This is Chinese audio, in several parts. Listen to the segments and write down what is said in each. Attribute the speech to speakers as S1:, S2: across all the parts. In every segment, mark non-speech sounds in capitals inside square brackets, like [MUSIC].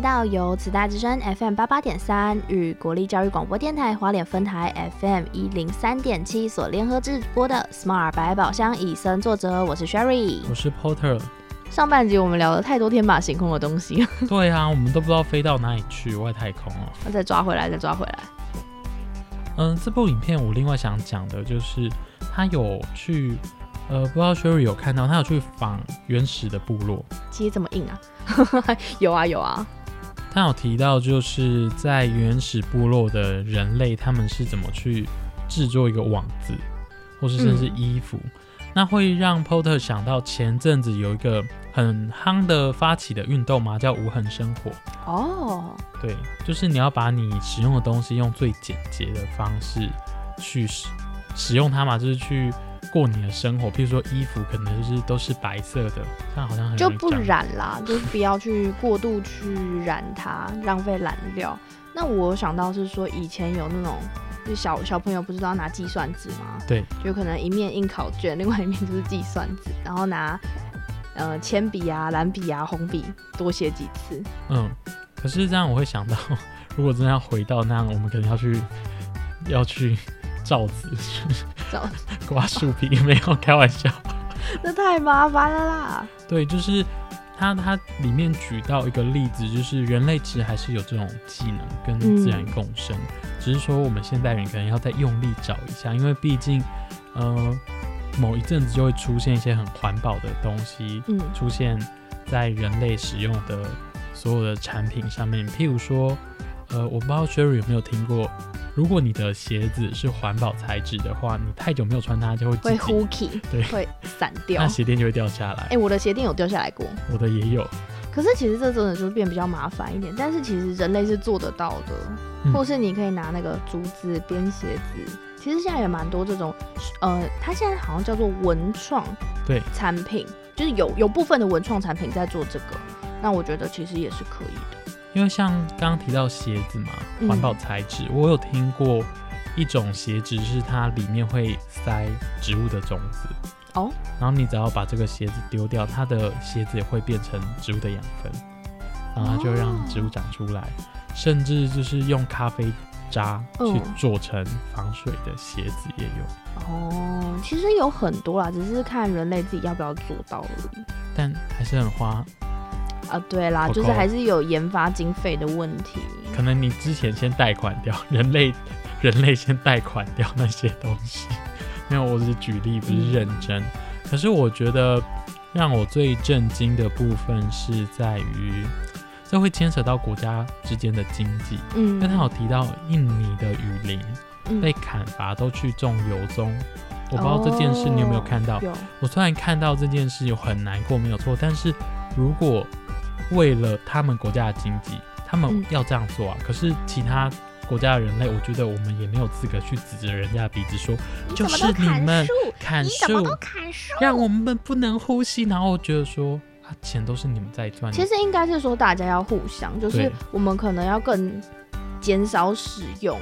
S1: 道由慈大之声 FM 八八点三与国立教育广播电台华联分台 FM 一零三点七所联合制播的《Smart 百宝箱以身作则》，我是 Sherry。
S2: 我是 Porter。
S1: 上半集我们聊了太多天马行空的东西，
S2: [LAUGHS]
S1: [LAUGHS]
S2: 对啊，我们都不知道飞到哪里去，外太空哦。
S1: 那再抓回来，再抓回来。
S2: 嗯，这部影片我另外想讲的就是，他有去，呃，不知道 Sherry 有看到，他有去访原始的部落。
S1: 接这么硬啊？ [LAUGHS] 有啊有啊，
S2: 他有提到，就是在原始部落的人类，他们是怎么去制作一个网子，或是甚至衣服。那会让 Porter 想到前阵子有一个很夯的发起的运动嘛，叫无痕生活。
S1: 哦，
S2: 对，就是你要把你使用的东西用最简洁的方式去使使用它嘛，就是去过你的生活。譬如说衣服，可能就是都是白色的，嗯这样好像很
S1: 就
S2: 容易
S1: 不
S2: 脏
S1: 染啦，就是不要去过度去染它，浪费染料。那我想到是说，以前有那种，就小小朋友不是都要拿计算纸吗？
S2: 对，
S1: 就可能一面印考卷，另外一面就是计算纸，然后拿呃铅笔啊、蓝笔啊、红笔多写几次。
S2: 嗯，可是这样我会想到，如果真的要回到那样，我们可能要去要去 [LAUGHS] 造纸、 [LAUGHS]
S1: 造
S2: 刮树皮，没有开玩笑。
S1: 那太麻烦了啦。
S2: 对，就是它它里面举到一个例子，就是人类其实还是有这种技能
S1: 嗯
S2: 跟自然共生，只是说我们现代人可能要再用力找一下，因为毕竟，呃，某一阵子就会出现一些很环保的东西，
S1: 嗯，
S2: 出现在人类使用的所有的产品上面，譬如说，呃，我不知道 Sherry 有没有听过。如果你的鞋子是环保材质的话，你太久没有穿它就会自
S1: 会
S2: 己
S1: h o o k y
S2: 对
S1: 会散掉
S2: 那。鞋垫就会掉下来。
S1: 哎、我的鞋垫有掉下来过，
S2: 我的也有，
S1: 可是其实这真的就变比较麻烦一点。但是其实人类是做得到的，
S2: 嗯
S1: 或是你可以拿那个竹子编鞋子。其实现在也蛮多这种，呃，它现在好像叫做文创
S2: 对
S1: 产品，就是有有部分的文创产品在做这个。那我觉得其实也是可以的。
S2: 因为像刚刚提到鞋子嘛，
S1: 嗯
S2: 环保材质，我有听过一种鞋子是它里面会塞植物的种子。
S1: 哦，
S2: 然后你只要把这个鞋子丢掉，它的鞋子也会变成植物的养分，然后它就会让植物长出来，甚至就是用咖啡渣去
S1: 哦嗯
S2: 做成防水的鞋子也有。
S1: 哦，其实有很多啦，只是看人类自己要不要做到而已。
S2: 但还是很花，
S1: 啊，对啦，
S2: 不
S1: 就是
S2: 够
S1: 还是有研发经费的问题。
S2: 可能你之前先贷款掉，人类人类先贷款掉那些东西。没有，我只是举例，不是认真。可是我觉得让我最震惊的部分是在于，这会牵扯到国家之间的经济。
S1: 嗯，
S2: 因为他有提到印尼的雨林
S1: 嗯
S2: 被砍伐，都去种油棕。我不知道这件事你有没有
S1: 哦
S2: 看到？
S1: 有
S2: 我虽然看到这件事有很难过，没有错，但是如果为了他们国家的经济，他们
S1: 嗯
S2: 要这样做啊，可是其他国家的人类，我觉得我们也没有资格去指着人家的鼻子说就是你们砍树，
S1: 砍树。
S2: 让我们不能呼吸，然后我觉得说啊，钱都是你们在赚，
S1: 其实应该是说大家要互相，就是
S2: 对
S1: 我们可能要更减少使用。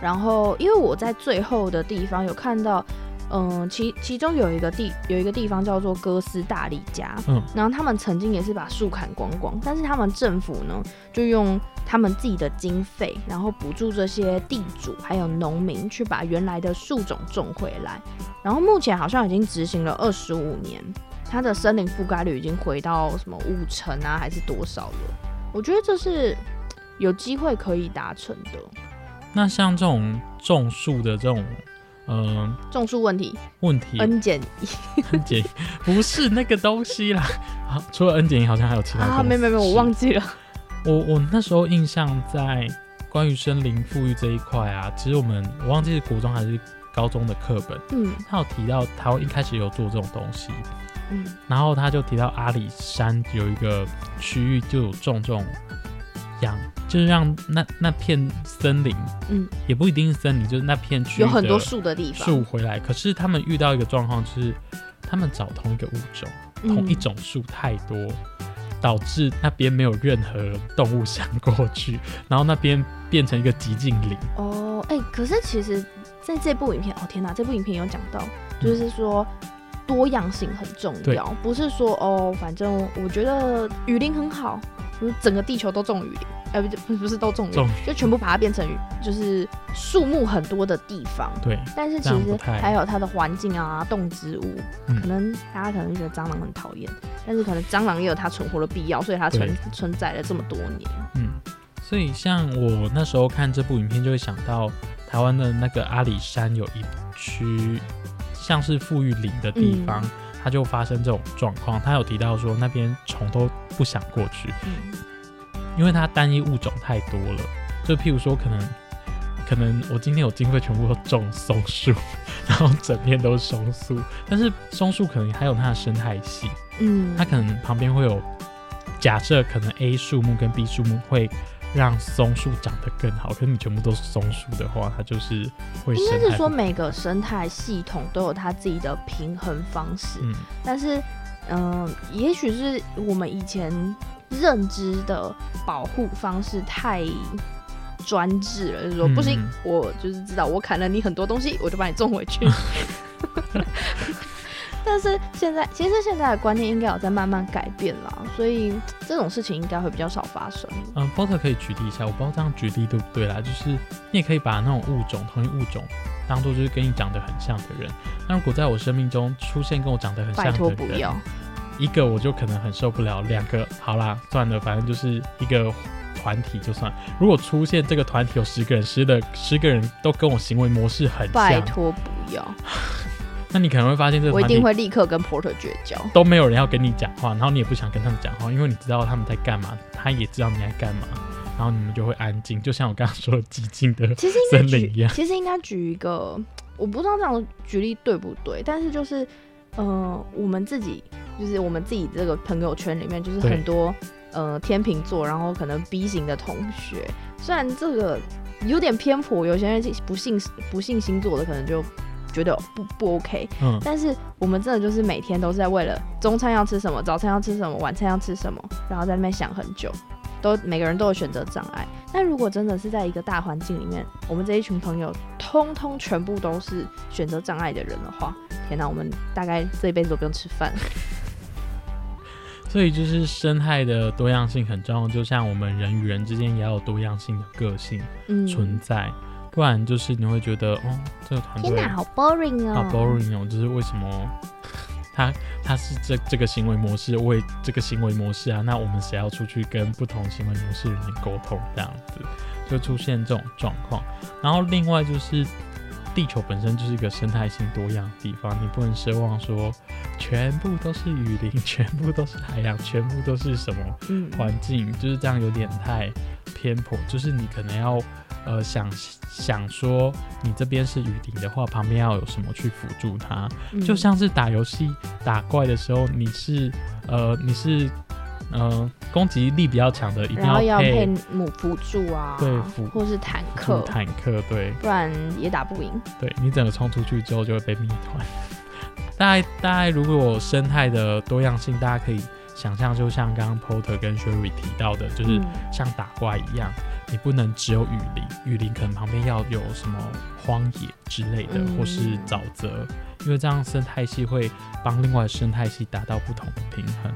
S1: 然后，因为我在最后的地方有看到，嗯，其其中有一个地有一个地方叫做哥斯达黎加，
S2: 嗯，
S1: 然后他们曾经也是把树砍光光，但是他们政府呢，就用他们自己的经费，然后补助这些地主还有农民去把原来的树种种回来。然后目前好像已经执行了二十五年，它的森林覆盖率已经回到什么五成啊，还是多少了？我觉得这是有机会可以达成的
S2: 那像这种种树的这种，嗯、
S1: 种树问题
S2: 问题
S1: ，N 减
S2: 恩减不是那个东西啦。好，除了恩减，好像还有其他
S1: 啊， [LAUGHS] 没有没有没有，我
S2: 记。
S1: 忘记了。
S2: 我我那时候印象在关于森林富裕这一块啊，其实我们我忘记是国中还是高中的课本，
S1: 嗯
S2: 他有提到台湾一开始有做这种东西，
S1: 嗯，
S2: 然后他就提到阿里山有一个区域就有种这种养，就是让那那片森林，
S1: 嗯，
S2: 也不一定是森林，就是那片区域
S1: 有很多
S2: 的
S1: 树的地方，
S2: 树回来，可是他们遇到一个状况就是，他们找同一个物种。同一
S1: 嗯
S2: 种树太多，导致那边没有任何动物想过去，然后那边变成一个寂静岭。
S1: 哦，哎、可是其实在这部影片，哦天哪，这部影片有讲到，就是说多样性很重要，不是说哦，反正我觉得雨林很好，就是整个地球都种雨林，呃，不不不是都种
S2: 种
S1: 园，就全部把它变成就是树木很多的地方。
S2: 对，
S1: 但是其
S2: 这样
S1: 实
S2: 不太
S1: 还有它的环境啊，动植物，
S2: 嗯
S1: 可能大家可能觉得蟑螂很讨厌，但是可能蟑螂也有它存活的必要，所以它存存在了这么多年。
S2: 嗯，所以像我那时候看这部影片，就会想到台湾的那个阿里山有一区像是富裕林的地方，它就发生这种状况。他有提到说那边虫都不想过去，
S1: 嗯，
S2: 因为它单一物种太多了。就譬如说，可能可能我今天有经费全部都种松树， [LAUGHS] 然后整片都是松树，但是松树可能还有它的生态系，
S1: 嗯
S2: 它可能旁边会有假设，可能 A 树木跟 B 树木会让松树长得更好，可是你全部都是松树的话，它就是会
S1: 应该
S2: 生
S1: 是
S2: 态
S1: 说
S2: 不
S1: 每个生态系统都有它自己的平衡方式，
S2: 嗯
S1: 但是，嗯、也许是我们以前认知的保护方式太专制了，就是说、
S2: 嗯
S1: 不行，我就是知道我砍了你很多东西，我就把你种回去。但是现在，其实现在的观念应该有在慢慢改变啦，所以这种事情应该会比较少发生。
S2: 嗯波特可以举例一下，我不知道这样举例对不对啦，就是你也可以把那种物种同一物种当做就是跟你长得很像的人。那如果在我生命中出现跟我长得很像
S1: 拜
S2: 的人，
S1: 托不要，
S2: 一个我就可能很受不了，两个好啦，算了，反正就是一个团体就算。如果出现这个团体有十个人，十的十个人都跟我行为模式很
S1: 拜
S2: 像，
S1: 托不要，
S2: 那你可能会发现这个
S1: 我一
S2: 团
S1: 定
S2: 体
S1: 会立刻跟 Porter 绝交。
S2: 都没有人要跟你讲话，然后你也不想跟他们讲话，因为你知道他们在干嘛，他也知道你在干嘛，然后你们就会安静，就像我刚刚说的寂静
S1: [LAUGHS]
S2: 的
S1: 其实应该
S2: 森
S1: 举
S2: 林一样
S1: 其实应该举一个，我不知道这样举例对不对，但是就是，呃，我们自己就是我们自己这个朋友圈里面，就是
S2: 对
S1: 很多呃天秤座，然后可能 B 型的同学，虽然这个有点偏颇，有些人不信不信星座的可能就。觉得不不 OK，
S2: 嗯，
S1: 但是我们真的就是每天都是在为了中餐要吃什么，早餐要吃什么，晚餐要吃什么，然后在那边想很久，都每个人都有选择障碍。但如果真的是在一个大环境里面，我们这一群朋友通通全部都是选择障碍的人的话，天哪，我们大概这一辈子都不用吃饭。
S2: 所以就是生态的多样性很重要，就像我们人与人之间也要有多样性的个性
S1: 嗯，
S2: 存在，不然就是你会觉得哦，这个团队
S1: 天哪，好 boring 哦，
S2: 好 boring 哦，就是为什么他他是这这个行为模式，我也这个行为模式啊，那我们谁要出去跟不同行为模式的人沟通这样子，就出现这种状况。然后另外就是地球本身就是一个生态性多样的地方，你不能奢望说全部都是雨林， [LAUGHS] 全部都是海洋，全部都是什么
S1: 嗯，
S2: 环境，就是这样有点太偏颇。就是你可能要呃想想说，你这边是雨林的话，旁边要有什么去辅助它。
S1: 嗯
S2: 就像是打游戏打怪的时候，你是呃你是呃攻击力比较强的，一定
S1: 然后要配
S2: 配
S1: 母辅助啊，
S2: 对辅
S1: 或是坦
S2: 副
S1: 克，
S2: 嗯坦克，对
S1: 不然也打不赢。
S2: 对，你整个冲出去之后就会被灭团。 [LAUGHS] 大概大概如果生态的多样性，大家可以想象，就像刚刚 Porter 跟 Sherry 提到的，就是。
S1: 嗯
S2: 像打怪一样，你不能只有雨林，雨林可能旁边要有什么荒野之类的，
S1: 嗯
S2: 或是沼泽，因为这样生态系会帮另外的生态系达到不同的平衡。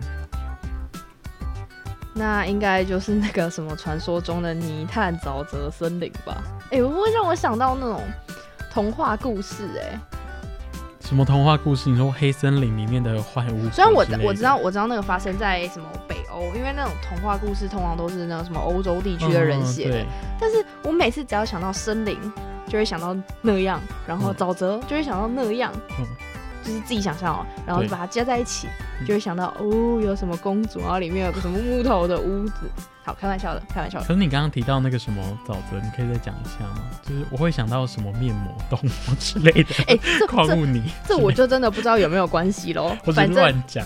S1: 那应该就是那个什么传说中的泥炭沼泽森林吧？哎、会不会让我想到那种童话故事、哎，
S2: 什么童话故事？你说黑森林里面的坏巫婆之类的？
S1: 虽然我我知道我知道那个发生在什么北欧，因为那种童话故事通常都是那种什么欧洲地区的人写的、
S2: 嗯
S1: 但是我每次只要想到森林，就会想到那样，然后
S2: 嗯
S1: 沼泽就会想到那样，
S2: 嗯
S1: 就是自己想象哦，然后
S2: 对
S1: 把它加在一起，
S2: 嗯
S1: 就会想到哦，有什么公主，然后里面有个什么木头的屋子。好，开玩笑的，开玩笑
S2: 对
S1: 的。
S2: 可是你刚刚提到那个什么沼泽，你可以再讲一下吗？就是我会想到什么面膜、冻膜之类的，
S1: [LAUGHS] 哎、这
S2: 矿
S1: 这
S2: 物泥之类的，。
S1: 这我就真的不知道有没有关系喽
S2: 我只是
S1: 反正
S2: 乱讲。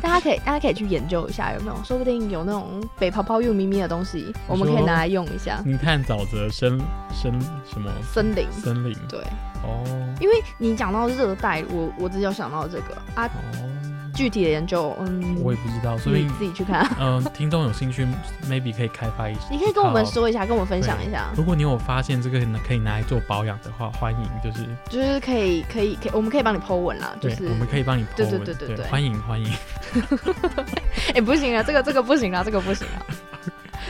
S1: 大家可以大家可以去研究一下有没有，说不定有那种北泡泡又咪咪的东西，我们可以拿来用一下
S2: 你看沼泽森森什么
S1: 森林。
S2: 森林
S1: 对，
S2: 哦。
S1: 因为你讲到热带，我我只有想到这个啊，
S2: 哦，
S1: 具体的研究，嗯，
S2: 我也不知道，所以
S1: 你自己去看，啊
S2: 嗯、呃，听众有兴趣，maybe 可以开发一些。
S1: 你可以跟我们说一下，跟我们分享一下，
S2: 如果你有发现这个可以拿来做保养的话，欢迎，就是
S1: 就是可以可以可以，我们可以帮你 Po 文啦，就
S2: 对，
S1: 是
S2: 我们可以帮你 po
S1: 对对
S2: 文
S1: 对对对
S2: 欢迎欢迎。 [LAUGHS]
S1: 哎、不行啊，这个这个不行啊，这个不行啊。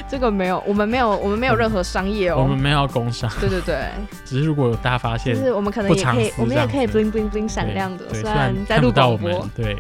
S1: 这个没有，我们没有，我们没有任何商业
S2: 我们
S1: 哦。
S2: 没有要工伤，
S1: 对对对，
S2: 只是如果有大家发
S1: 就
S2: 现，
S1: 是我们可能也可以
S2: 不，藏私
S1: 我们也可以
S2: 这
S1: bling bling bling 闪
S2: 对
S1: 亮的，
S2: 对，
S1: 虽
S2: 虽
S1: 然在
S2: 看不
S1: 录
S2: 到
S1: 广
S2: 我
S1: 播
S2: 们。，对，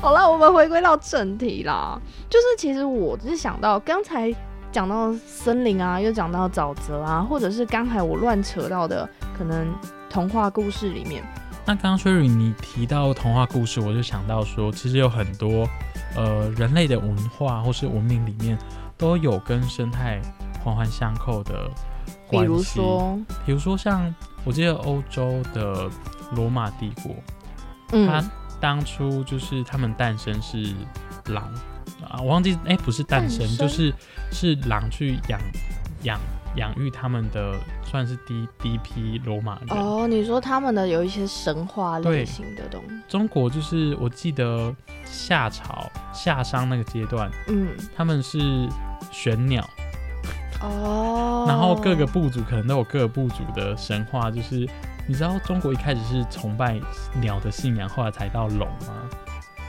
S1: 好了，我们回归到正题啦，就是其实我只是想到刚才讲到森林啊，又讲到沼泽啊，或者是刚才我乱扯到的可能童话故事里面，
S2: 那刚刚崔宇你提到童话故事，我就想到说，其实有很多呃人类的文化或是文明里面都有跟生态环环相扣的
S1: 比
S2: 关系。
S1: 如说，
S2: 比如说像我记得欧洲的罗马帝国，它
S1: 嗯，
S2: 当初就是他们诞生是狼啊，我忘记哎、不是诞生
S1: 诞，生
S2: 就是是狼去养养养育他们的，算是第一第一批罗马人。
S1: 哦，你说他们的有一些神话类型的东西，
S2: 中国就是我记得夏朝夏商那个阶段，
S1: 嗯，
S2: 他们是玄鸟，
S1: 哦，
S2: 然后各个部族可能都有各个部族的神话，就是你知道中国一开始是崇拜鸟的信仰，后来才到龙吗？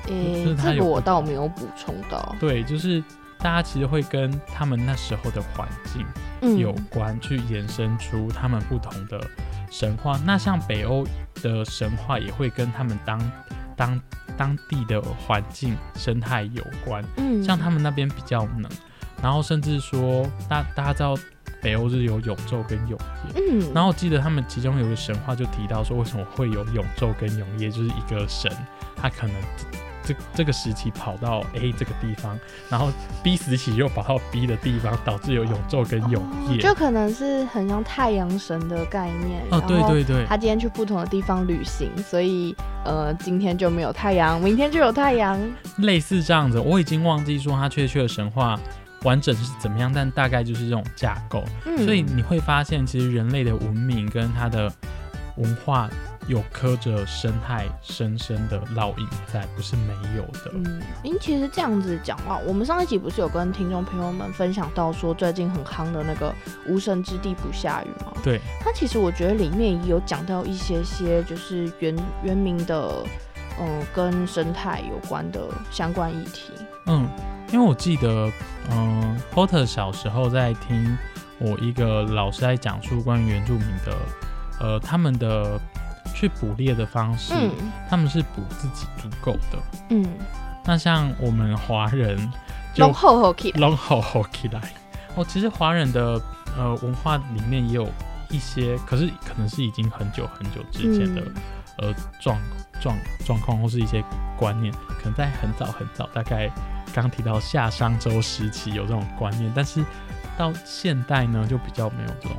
S1: 诶、
S2: 就是它
S1: 这
S2: 有
S1: 个我倒没有补充到，
S2: 对，就是大家其实会跟他们那时候的环境
S1: 嗯，
S2: 有关，去延伸出他们不同的神话。那像北欧的神话也会跟他们当当当地的环境生态有关。
S1: 嗯，
S2: 像他们那边比较冷，然后甚至说大大家知道北欧就是有永昼跟永夜，
S1: 嗯，
S2: 然后我记得他们其中有一个神话就提到说为什么会有永昼跟永夜，就是一个神他可能这这这个时期跑到 A 这个地方，然后 B 时期又跑到 B 的地方，导致有永昼跟永
S1: 哦
S2: 夜。
S1: 就可能是很像太阳神的概念，
S2: 哦，对
S1: 然后
S2: 对对，
S1: 他今天去不同的地方旅行，所以呃，今天就没有太阳，明天就有太阳。
S2: 类似这样子，我已经忘记说他确切的神话完整是怎么样，但大概就是这种架构。
S1: 嗯，
S2: 所以你会发现，其实人类的文明跟它的文化有刻着生态深深的烙印在，不是没有的。
S1: 嗯，您其实这样子讲话，我们上一集不是有跟听众朋友们分享到说最近很夯的那个无神之地不下雨吗？
S2: 对，
S1: 它其实我觉得里面也有讲到一些些就是原原民的。嗯，跟生态有关的相关议题。
S2: 嗯，因为我记得，嗯，Potter 小时候在听我一个老师在讲述关于原住民的，呃，他们的去捕猎的方式，
S1: 嗯
S2: 他们是捕自己足够的。
S1: 嗯，
S2: 那像我们华人就
S1: 龙后后 k
S2: 龙吼吼起来。哦，其实华人的呃文化里面也有一些，可是可能是已经很久很久之前的、
S1: 嗯
S2: 呃状状状况或是一些观念，可能在很早很早，大概刚提到夏商周时期有这种观念，但是到现代呢就比较没有这种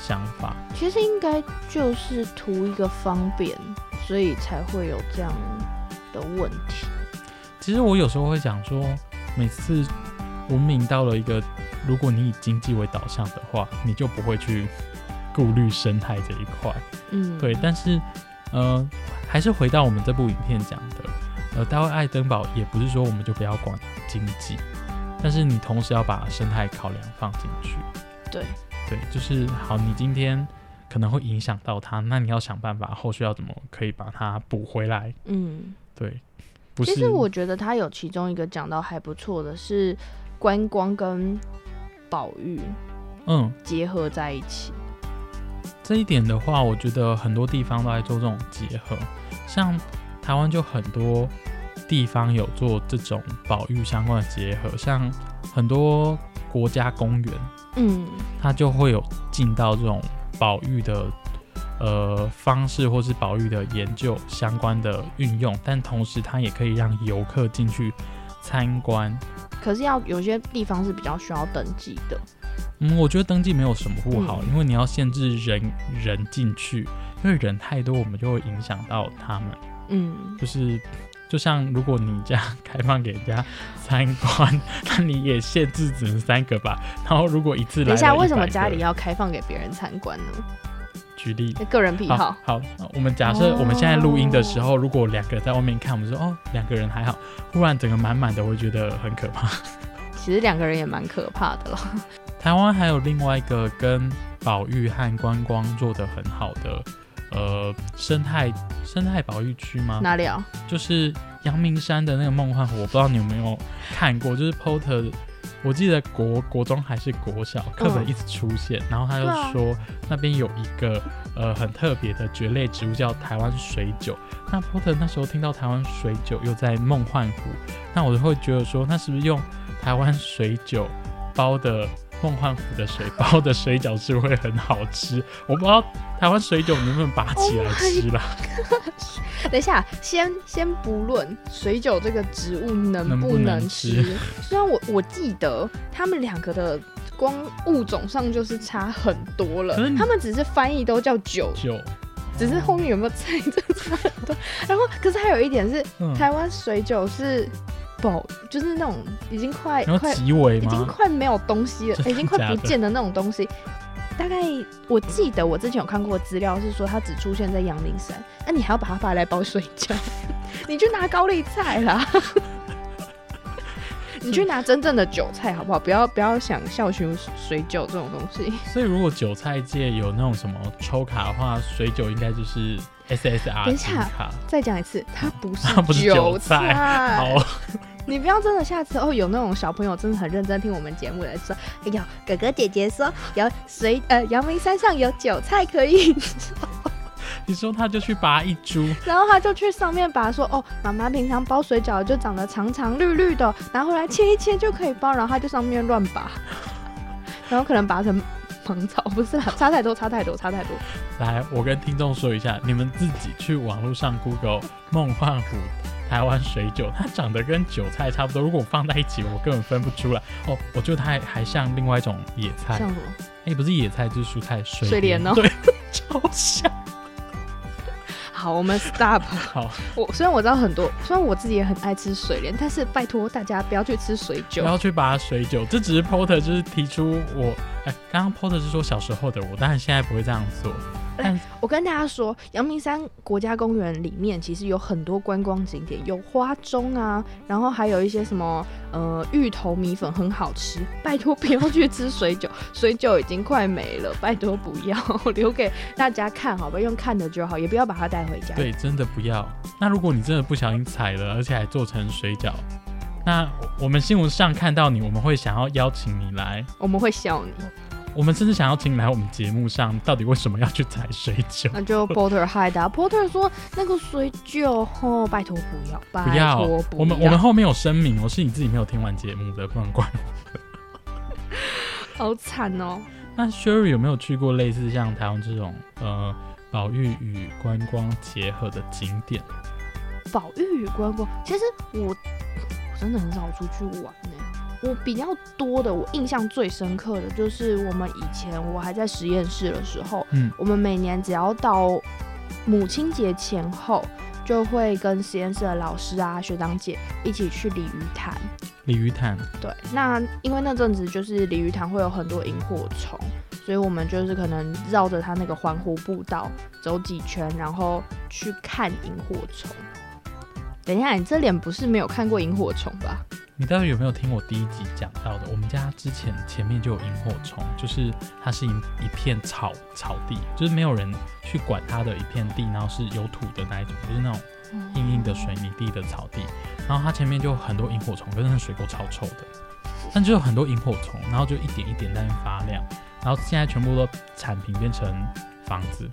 S2: 想法。
S1: 其实应该就是图一个方便，所以才会有这样的问题。
S2: 其实我有时候会想说，每次文明到了一个，如果你以经济为导向的话，你就不会去顾虑生态这一块。
S1: 嗯，
S2: 对，但是呃，还是回到我们这部影片讲的，呃，大卫艾登堡也不是说我们就不要管经济，但是你同时要把生态考量放进去。
S1: 对
S2: 对，就是好，你今天可能会影响到它，那你要想办法后续要怎么可以把它补回来。
S1: 嗯，
S2: 对，不是
S1: 其实我觉得他有其中一个讲到还不错的是观光跟保育
S2: 嗯。
S1: 结合在一起。
S2: 这一点的话，我觉得很多地方都在做这种结合，像台湾就很多地方有做这种保育相关的结合，像很多国家公园，
S1: 嗯，
S2: 它就会有进到这种保育的呃方式，或是保育的研究相关的运用，但同时它也可以让游客进去参观。
S1: 可是要有些地方是比较需要登记的。
S2: 嗯，我觉得登记没有什么不好，
S1: 嗯
S2: 因为你要限制人人进去，因为人太多，我们就会影响到他们。
S1: 嗯，
S2: 就是就像如果你家 [LAUGHS] 开放给人家参观， [LAUGHS] 那你也限制只能三个吧。然后如果一次来
S1: 等一下，
S2: 了
S1: 为什么
S2: 100个
S1: 家里要开放给别人参观呢？
S2: 举例？
S1: 那个人癖好
S2: 好。好，那我们假设
S1: 哦
S2: 我们现在录音的时候，如果两个在外面看，我们说哦两个人还好，忽然整个满满的，我会觉得很可怕。 [LAUGHS]
S1: 其实两个人也蛮可怕的啦。
S2: 台湾还有另外一个跟保育和观光做得很好的呃生态生态保育区吗？
S1: 哪里啊？
S2: 就是阳明山的那个梦幻湖，我不知道你有没有看过，就是 Porter，我记得国国中还是国小课本一直出现，然后他
S1: 对啊
S2: 就说、那边有一个呃很特别的蕨类植物叫台湾水韭。那 Porter 那时候听到台湾水韭又在梦幻湖，那我就会觉得说，那是不是用台湾水韭包的？梦幻湖的水包的水饺是会很好吃，我不知道台湾水饺能不能拔起来
S1: Oh my
S2: 吃啦。
S1: 等一下，先先不论水韭这个植物能
S2: 能
S1: 不
S2: 不能
S1: 能吃，
S2: 吃
S1: 虽然我我记得他们两个的光物种上就是差很多了
S2: 可是，你
S1: 他们只是翻译都叫韭，
S2: 酒，
S1: 只是后面有没有菜真的差很
S2: [LAUGHS]
S1: 多。然后，可是还有一点是，
S2: 嗯
S1: 台湾水韭是保，就是那种已经快
S2: 然后
S1: 快
S2: 极尾
S1: 已经
S2: 吗？
S1: 快没有东西了，已经快
S2: 假
S1: 不
S2: 的
S1: 见的那种东西。大概我记得我之前有看过资料，是说它只出现在阳明山，那、你还要把它拔来包水饺， [LAUGHS] 你去拿高丽菜啦， [LAUGHS] 你去拿真正的韭菜好不好？不要不要想孝寻水韭这种东西。
S2: 所以如果韭菜界有那种什么抽卡的话，水酒应该就是 SSR
S1: 等一
S2: 金
S1: 下
S2: 卡。
S1: 再讲一次，它不是
S2: [LAUGHS] 它不是
S1: 韭
S2: 韭菜好，
S1: 你不要真的下次哦，有那种小朋友真的很认真听我们节目的说，哎呦，哥哥姐姐说有水呃阳明山上有韭菜可以
S2: 你说他就去拔一株，
S1: 然后他就去上面把说，哦，妈妈平常包水饺就长得长长绿绿的，拿回来切一切就可以包，然后他就上面乱拔， [LAUGHS] 然后可能拔成芒草，不是啦，差太多，差太多，差太多。
S2: 来，我跟听众说一下，你们自己去网络上 Google 梦幻湖台湾水韭，它长得跟韭菜差不多，如果放在一起，我根本分不出来。哦，我觉得它还还像另外一种野 [LAUGHS] 菜，
S1: 像
S2: 哎、
S1: 什么？
S2: 不是野菜，就是蔬菜水
S1: 水莲哦
S2: 对， [LAUGHS] 超像。
S1: 好，我们 stop。
S2: 好，
S1: 我虽然我知道很多，虽然我自己也很爱吃水莲，但是拜托大家不要去吃水
S2: 不
S1: 饺。
S2: 要去拔水酒，这只是 Porter 就是提出我，哎、刚刚 Porter 是说小时候的我，当然现在不会这样做。
S1: 我跟大家说，阳明山国家公园里面其实有很多观光景点，有花钟啊，然后还有一些什么呃芋头米粉很好吃。拜托不要去吃水饺，水饺已经快没了，拜托不要 [LAUGHS] 留给大家看，好吧，用看的就好，也不要把它带回家。
S2: 对，真的不要。那如果你真的不小心踩了，而且还做成水饺，那我们新闻上看到你，我们会想要邀请你来，
S1: 我们会
S2: [LAUGHS]
S1: 笑你。
S2: 我们甚至想要请你来我们节目上，到底为什么要去踩水饺？
S1: 那就 Porter 害的、Porter 说那个水饺吼，拜托不要，拜
S2: 不要，
S1: 托不要。
S2: 我们我们后面有声明哦，是你自己没有听完节目的，不能怪我。
S1: 好惨哦。
S2: 那 Sherry 有没有去过类似像台湾这种呃保育与观光结合的景点？
S1: 保育与观光，其实我我真的很少出去玩呢、我比较多的，我印象最深刻的就是我们以前我还在实验室的时候，
S2: 嗯，
S1: 我们每年只要到母亲节前后，就会跟实验室的老师啊、学长姐一起去鲤鱼潭。
S2: 鲤鱼潭，
S1: 对，那因为那阵子就是鲤鱼潭会有很多萤火虫，所以我们就是可能绕着它那个环湖步道走几圈，然后去看萤火虫。等一下，你这脸不是没有看过萤火虫吧？
S2: 你到底有没有听我第一集讲到的？我们家之前前面就有萤火虫，就是它是一一片草草地，就是没有人去管它的一片地，然后是有土的那一种，就是那种硬硬的水泥地的草地。然后它前面就有很多萤火虫，可是那水沟超臭的，但就有很多萤火虫，然后就一点一点在那边发亮，然后现在全部都铲平变成房子，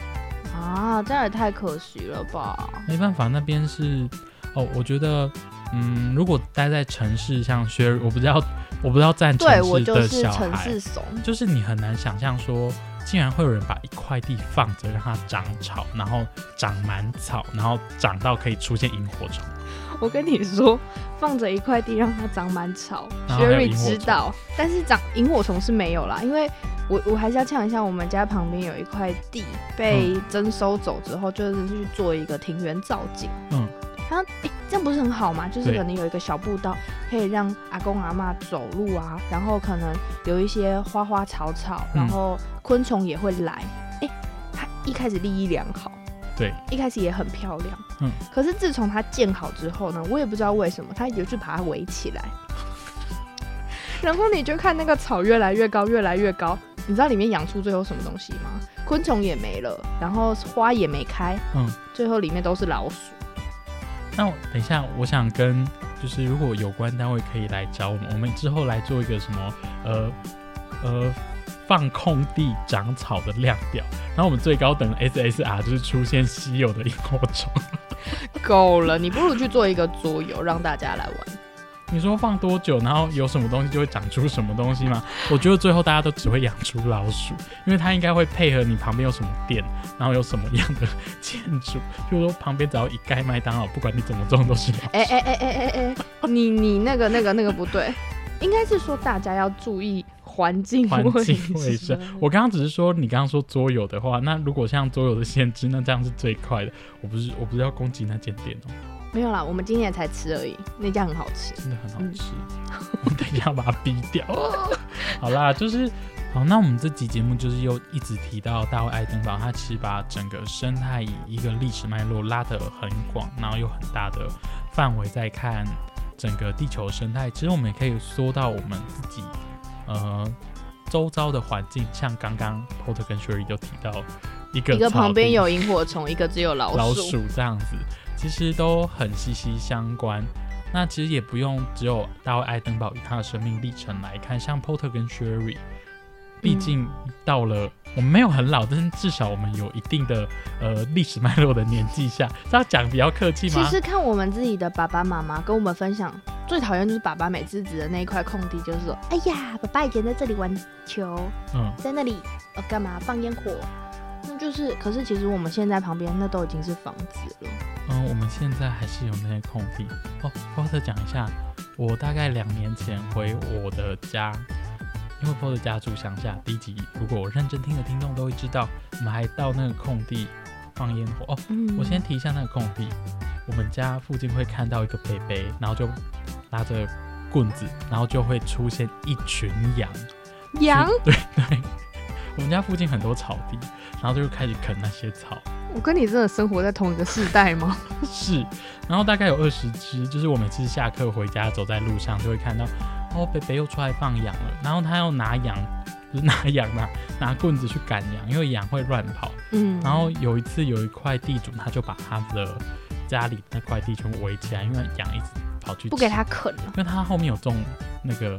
S1: 啊，这样也太可惜了吧！
S2: 没办法，那边是哦，我觉得，嗯，如果待在城市，像 Sherry，我不知道， [LAUGHS] 我不知道站城
S1: 对我
S2: 市
S1: 就
S2: 的
S1: 是
S2: 小
S1: 城
S2: 孩，
S1: 市怂，
S2: 就是你很难想象说，竟然会有人把一块地放着让它长草，然后长满草，然后长到可以出现萤火虫。
S1: 我跟你说，放着一块地让它长满草
S2: 然后还有
S1: ，Sherry
S2: 萤火
S1: 知
S2: 虫
S1: 道，但是长萤火虫是没有啦，因为我我还是要呛一下，我们家旁边有一块地被
S2: 嗯
S1: 征收走之后，就是去做一个庭园造景。
S2: 嗯，
S1: 它诶、这样不是很好吗？就是
S2: 对
S1: 可能有一个小步道，可以让阿公阿妈走路啊，然后可能有一些花花草草，然
S2: 嗯
S1: 后昆虫也会来。诶、它一开始利益良好。
S2: 对，
S1: 一开始也很漂亮，
S2: 嗯
S1: 可是自从它建好之后呢，我也不知道为什么，它也去把它围起来， [LAUGHS] 然后你就看那个草越来越高，越来越高，你知道里面养出最后什么东西吗？昆虫也没了，然后花也没开，
S2: 嗯，
S1: 最后里面都是老鼠。
S2: 那我等一下，我想跟就是如果有关单位可以来找我们，我们之后来做一个什么呃呃放空地长草的量表，然后我们最高等的 SSR 就是出现稀有的萤火虫。
S1: 够了，你不如去做一个桌游，让大家来玩。
S2: 你说放多久，然后有什么东西就会长出什么东西吗？我觉得最后大家都只会养出老鼠，因为它应该会配合你旁边有什么店，然后有什么样的建筑，比如说旁边只要一盖麦当劳，不管你怎么种都是老鼠。
S1: 哎哎哎哎哎 [LAUGHS] 哎，你你那个那个那个不对，应该是说大家要注意环境
S2: 环境卫
S1: 卫
S2: 生
S1: 生。
S2: 我刚刚只是说，你刚刚说桌游的话，那如果像桌游的限制，那这样是最快的。我不是我不是要攻击那间店哦、
S1: 没有啦，我们今天也才吃而已，那家很好吃。
S2: 真的很好吃。 [LAUGHS] 我等一下把它逼掉。 [LAUGHS] 好啦，就是好，那我们这期节目就是又一直提到大卫爱登堡，他其实把整个生态以一个历史脉络拉得很广，然后有很大的范围在看整个地球生态。其实我们也可以说到我们自己，呃。周遭的环境，像刚刚 Porter 跟 Sherry 就提到一个
S1: 一个
S2: 草
S1: 旁边
S2: 地
S1: 有萤火虫，一个只有老鼠。
S2: 老鼠这样子，其实都很息息相关。那其实也不用只有大卫·爱登堡以他的生命历程来看，像 Porter 跟 Sherry，毕竟到了、我们没有很老，但是至少我们有一定的呃历史脉络的年纪下，这样讲比较客气
S1: 其
S2: 吗？
S1: 实看我们自己的爸爸妈妈跟我们分享，最讨厌就是爸爸每次指的那一块空地，就是说：“哎呀，爸爸以前在这里玩球，
S2: 嗯，
S1: 在那里呃干嘛放烟火。”那就是，可是其实我们现在旁边那都已经是房子了。
S2: 嗯，我们现在还是有那些空地哦。Porter 讲一下，我大概两年前回我的家，因为 Porter 家住乡下。第一集如果我认真听的听众都会知道，我们还到那个空地放烟火哦。
S1: 嗯
S2: 我先提一下那个空地，我们家附近会看到一个北北，然后就拿着棍子，然后就会出现一群羊。
S1: 羊，
S2: [LAUGHS] 对对，我们家附近很多草地，然后就开始啃那些草。
S1: 我跟你真的生活在同一个世代吗？
S2: 是，然后大概有二十只，就是我每次下课回家走在路上就会看到，哦，北北又出来放羊了，然后他要拿羊，不是拿羊拿拿棍子去赶羊，因为羊会乱跑。
S1: 嗯，
S2: 然后有一次有一块地主，他就把他的家里那块地全部围起来，因为羊一直跑去
S1: 不给
S2: 吃，
S1: 他啃了。
S2: 因为他后面有种那个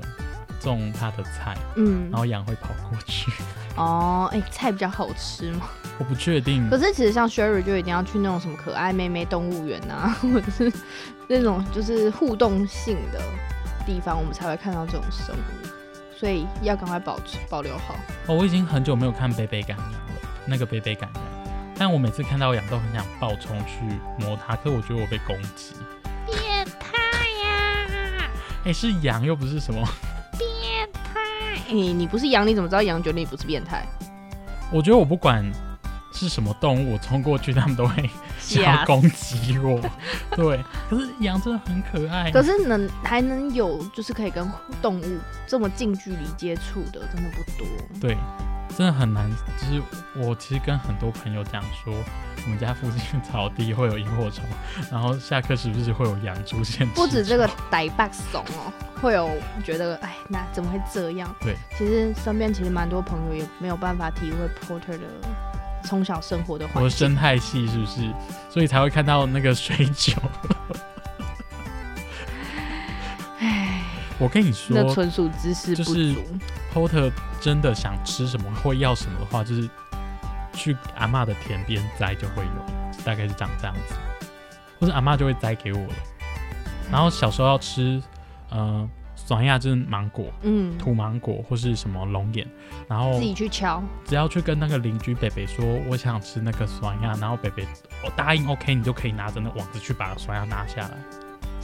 S2: 种他的菜，
S1: 嗯
S2: 然，后羊会跑过去。
S1: 哦，哎、菜比较好吃嘛。
S2: 我不确定
S1: 嗯可，是其实像 Sherry 就一定要去那种什么可爱妹妹动物园啊， [LAUGHS] 或者是那种就是互动性的地方，我们才会看到这种生物，所以要赶快保持保留好。
S2: 哦，我已经很久没有看北北赶羊了，那个北北赶羊。但我每次看到羊都很想暴冲去摸它，可我觉得我被攻击。
S3: 变态呀、
S2: 哎、是羊又不是什么，
S3: 变态！
S1: 哎、你不是羊，你怎么知道羊觉得你不是变
S2: [LAUGHS]
S1: 态？
S2: 我觉得我不管是什么动物，我冲过去它们都会想要攻击我。对，可是羊真的很可爱。
S1: 可是能还能有就是可以跟动物这么近距离接触的，真的不多。
S2: 对，真的很难。就是我其实跟很多朋友讲说，我们家附近的草地会有萤火虫，然后下课时不时会有羊出现。
S1: 不止这个，逮霸怂哦，会有觉得哎，那怎么会这样？
S2: 对，
S1: 其实身边其实蛮多朋友也没有办法体会 Porter 的从小生活的
S2: 我
S1: 环
S2: 的
S1: 境。
S2: 生态系是不是？所以才会看到那个水酒。 [LAUGHS] 我跟你说
S1: 那纯属知识不足。
S2: 就是，Porter 真的想吃什么或要什么的话，就是去阿嬷的田边摘就会有，大概是长这样子，或者阿嬷就会摘给我了。然后小时候要吃，呃，酸亚就是芒果、
S1: 嗯，
S2: 土芒果或是什么龙眼，然后
S1: 自己去敲，
S2: 只要去跟那个邻居北北说我想吃那个酸亚，然后北北我答应 OK，你就可以拿着那网子去把酸亚拿下来，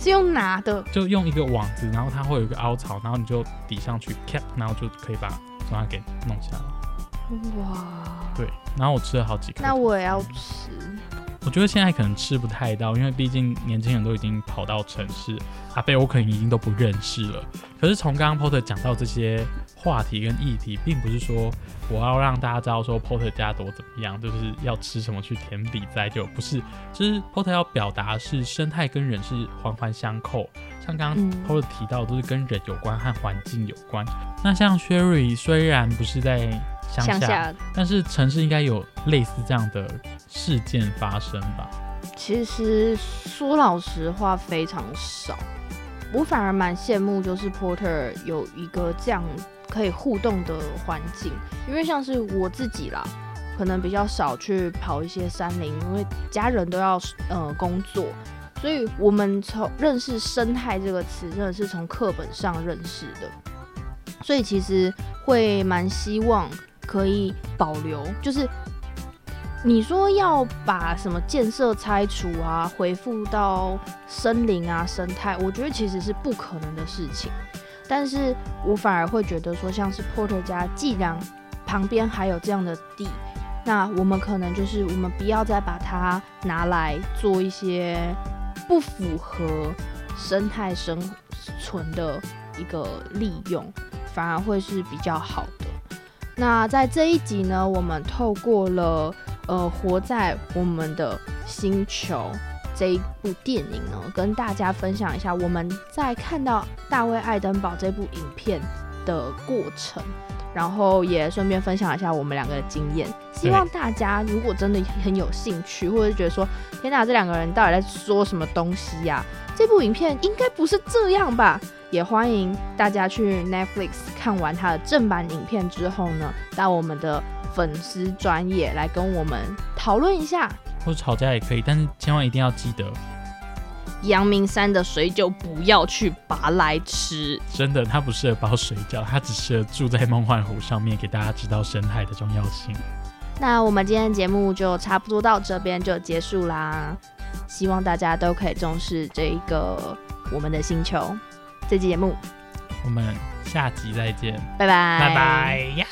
S1: 是用拿的。
S2: 就用一个网子，然后它会有一个凹槽，然后你就抵上去 cap，然后就可以把酸亚啊给弄下来。
S1: 哇，
S2: 对，然后我吃了好几颗。
S1: 那我也要吃。
S2: 我觉得现在可能吃不太到，因为毕竟年轻人都已经跑到城市，阿贝我可能已经都不认识了。可是从刚刚 Porter 讲到这些话题跟议题，并不是说我要让大家知道说 Porter 家多怎么样，就是要吃什么去填比灾就不是，就是 Porter 要表达的是生态跟人是环环相扣，像刚刚
S1: 嗯
S2: Porter 提到都是跟人有关和环境有关。那像 Sherry 虽然不是在乡
S1: 乡
S2: 下
S1: 下
S2: 但是城市应该有类似这样的事件发生吧？
S1: 其实说老实话非常少，我反而蛮羡慕，就是 Porter 有一个这样可以互动的环境，因为像是我自己啦，可能比较少去跑一些山林，因为家人都要呃工作，所以我们从认识生态这个词真的是从课本上认识的，所以其实会蛮希望可以保留，就是你说要把什么建设拆除啊，恢复到森林啊、生态，我觉得其实是不可能的事情。但是我反而会觉得说，像是 Porter 家，既然旁边还有这样的地，那我们可能就是我们不要再把它拿来做一些不符合生态生存的一个利用，反而会是比较好的。那在这一集呢，我们透过了呃，活在我们的星球这一部电影呢，跟大家分享一下我们在看到大卫·爱登堡这部影片的过程，然后也顺便分享一下我们两个的经验。希望大家如果真的很有兴趣，或者是觉得说天哪，这两个人到底在说什么东西呀、这部影片应该不是这样吧？也欢迎大家去 Netflix 看完它的正版影片之后呢，到我们的粉丝专业来跟我们讨论一下
S2: 或者吵架也可以，但是千万一定要记得，
S1: 阳明山的水饺不要去拔来吃。
S2: 真的，它不适合包水饺，它只适合住在梦幻湖上面，给大家知道生态的重要性。
S1: 那我们今天的节目就差不多到这边就结束啦，希望大家都可以重视这一个我们的星球。这期节目，
S2: 我们下集再见，
S1: 拜拜，
S2: 拜拜呀。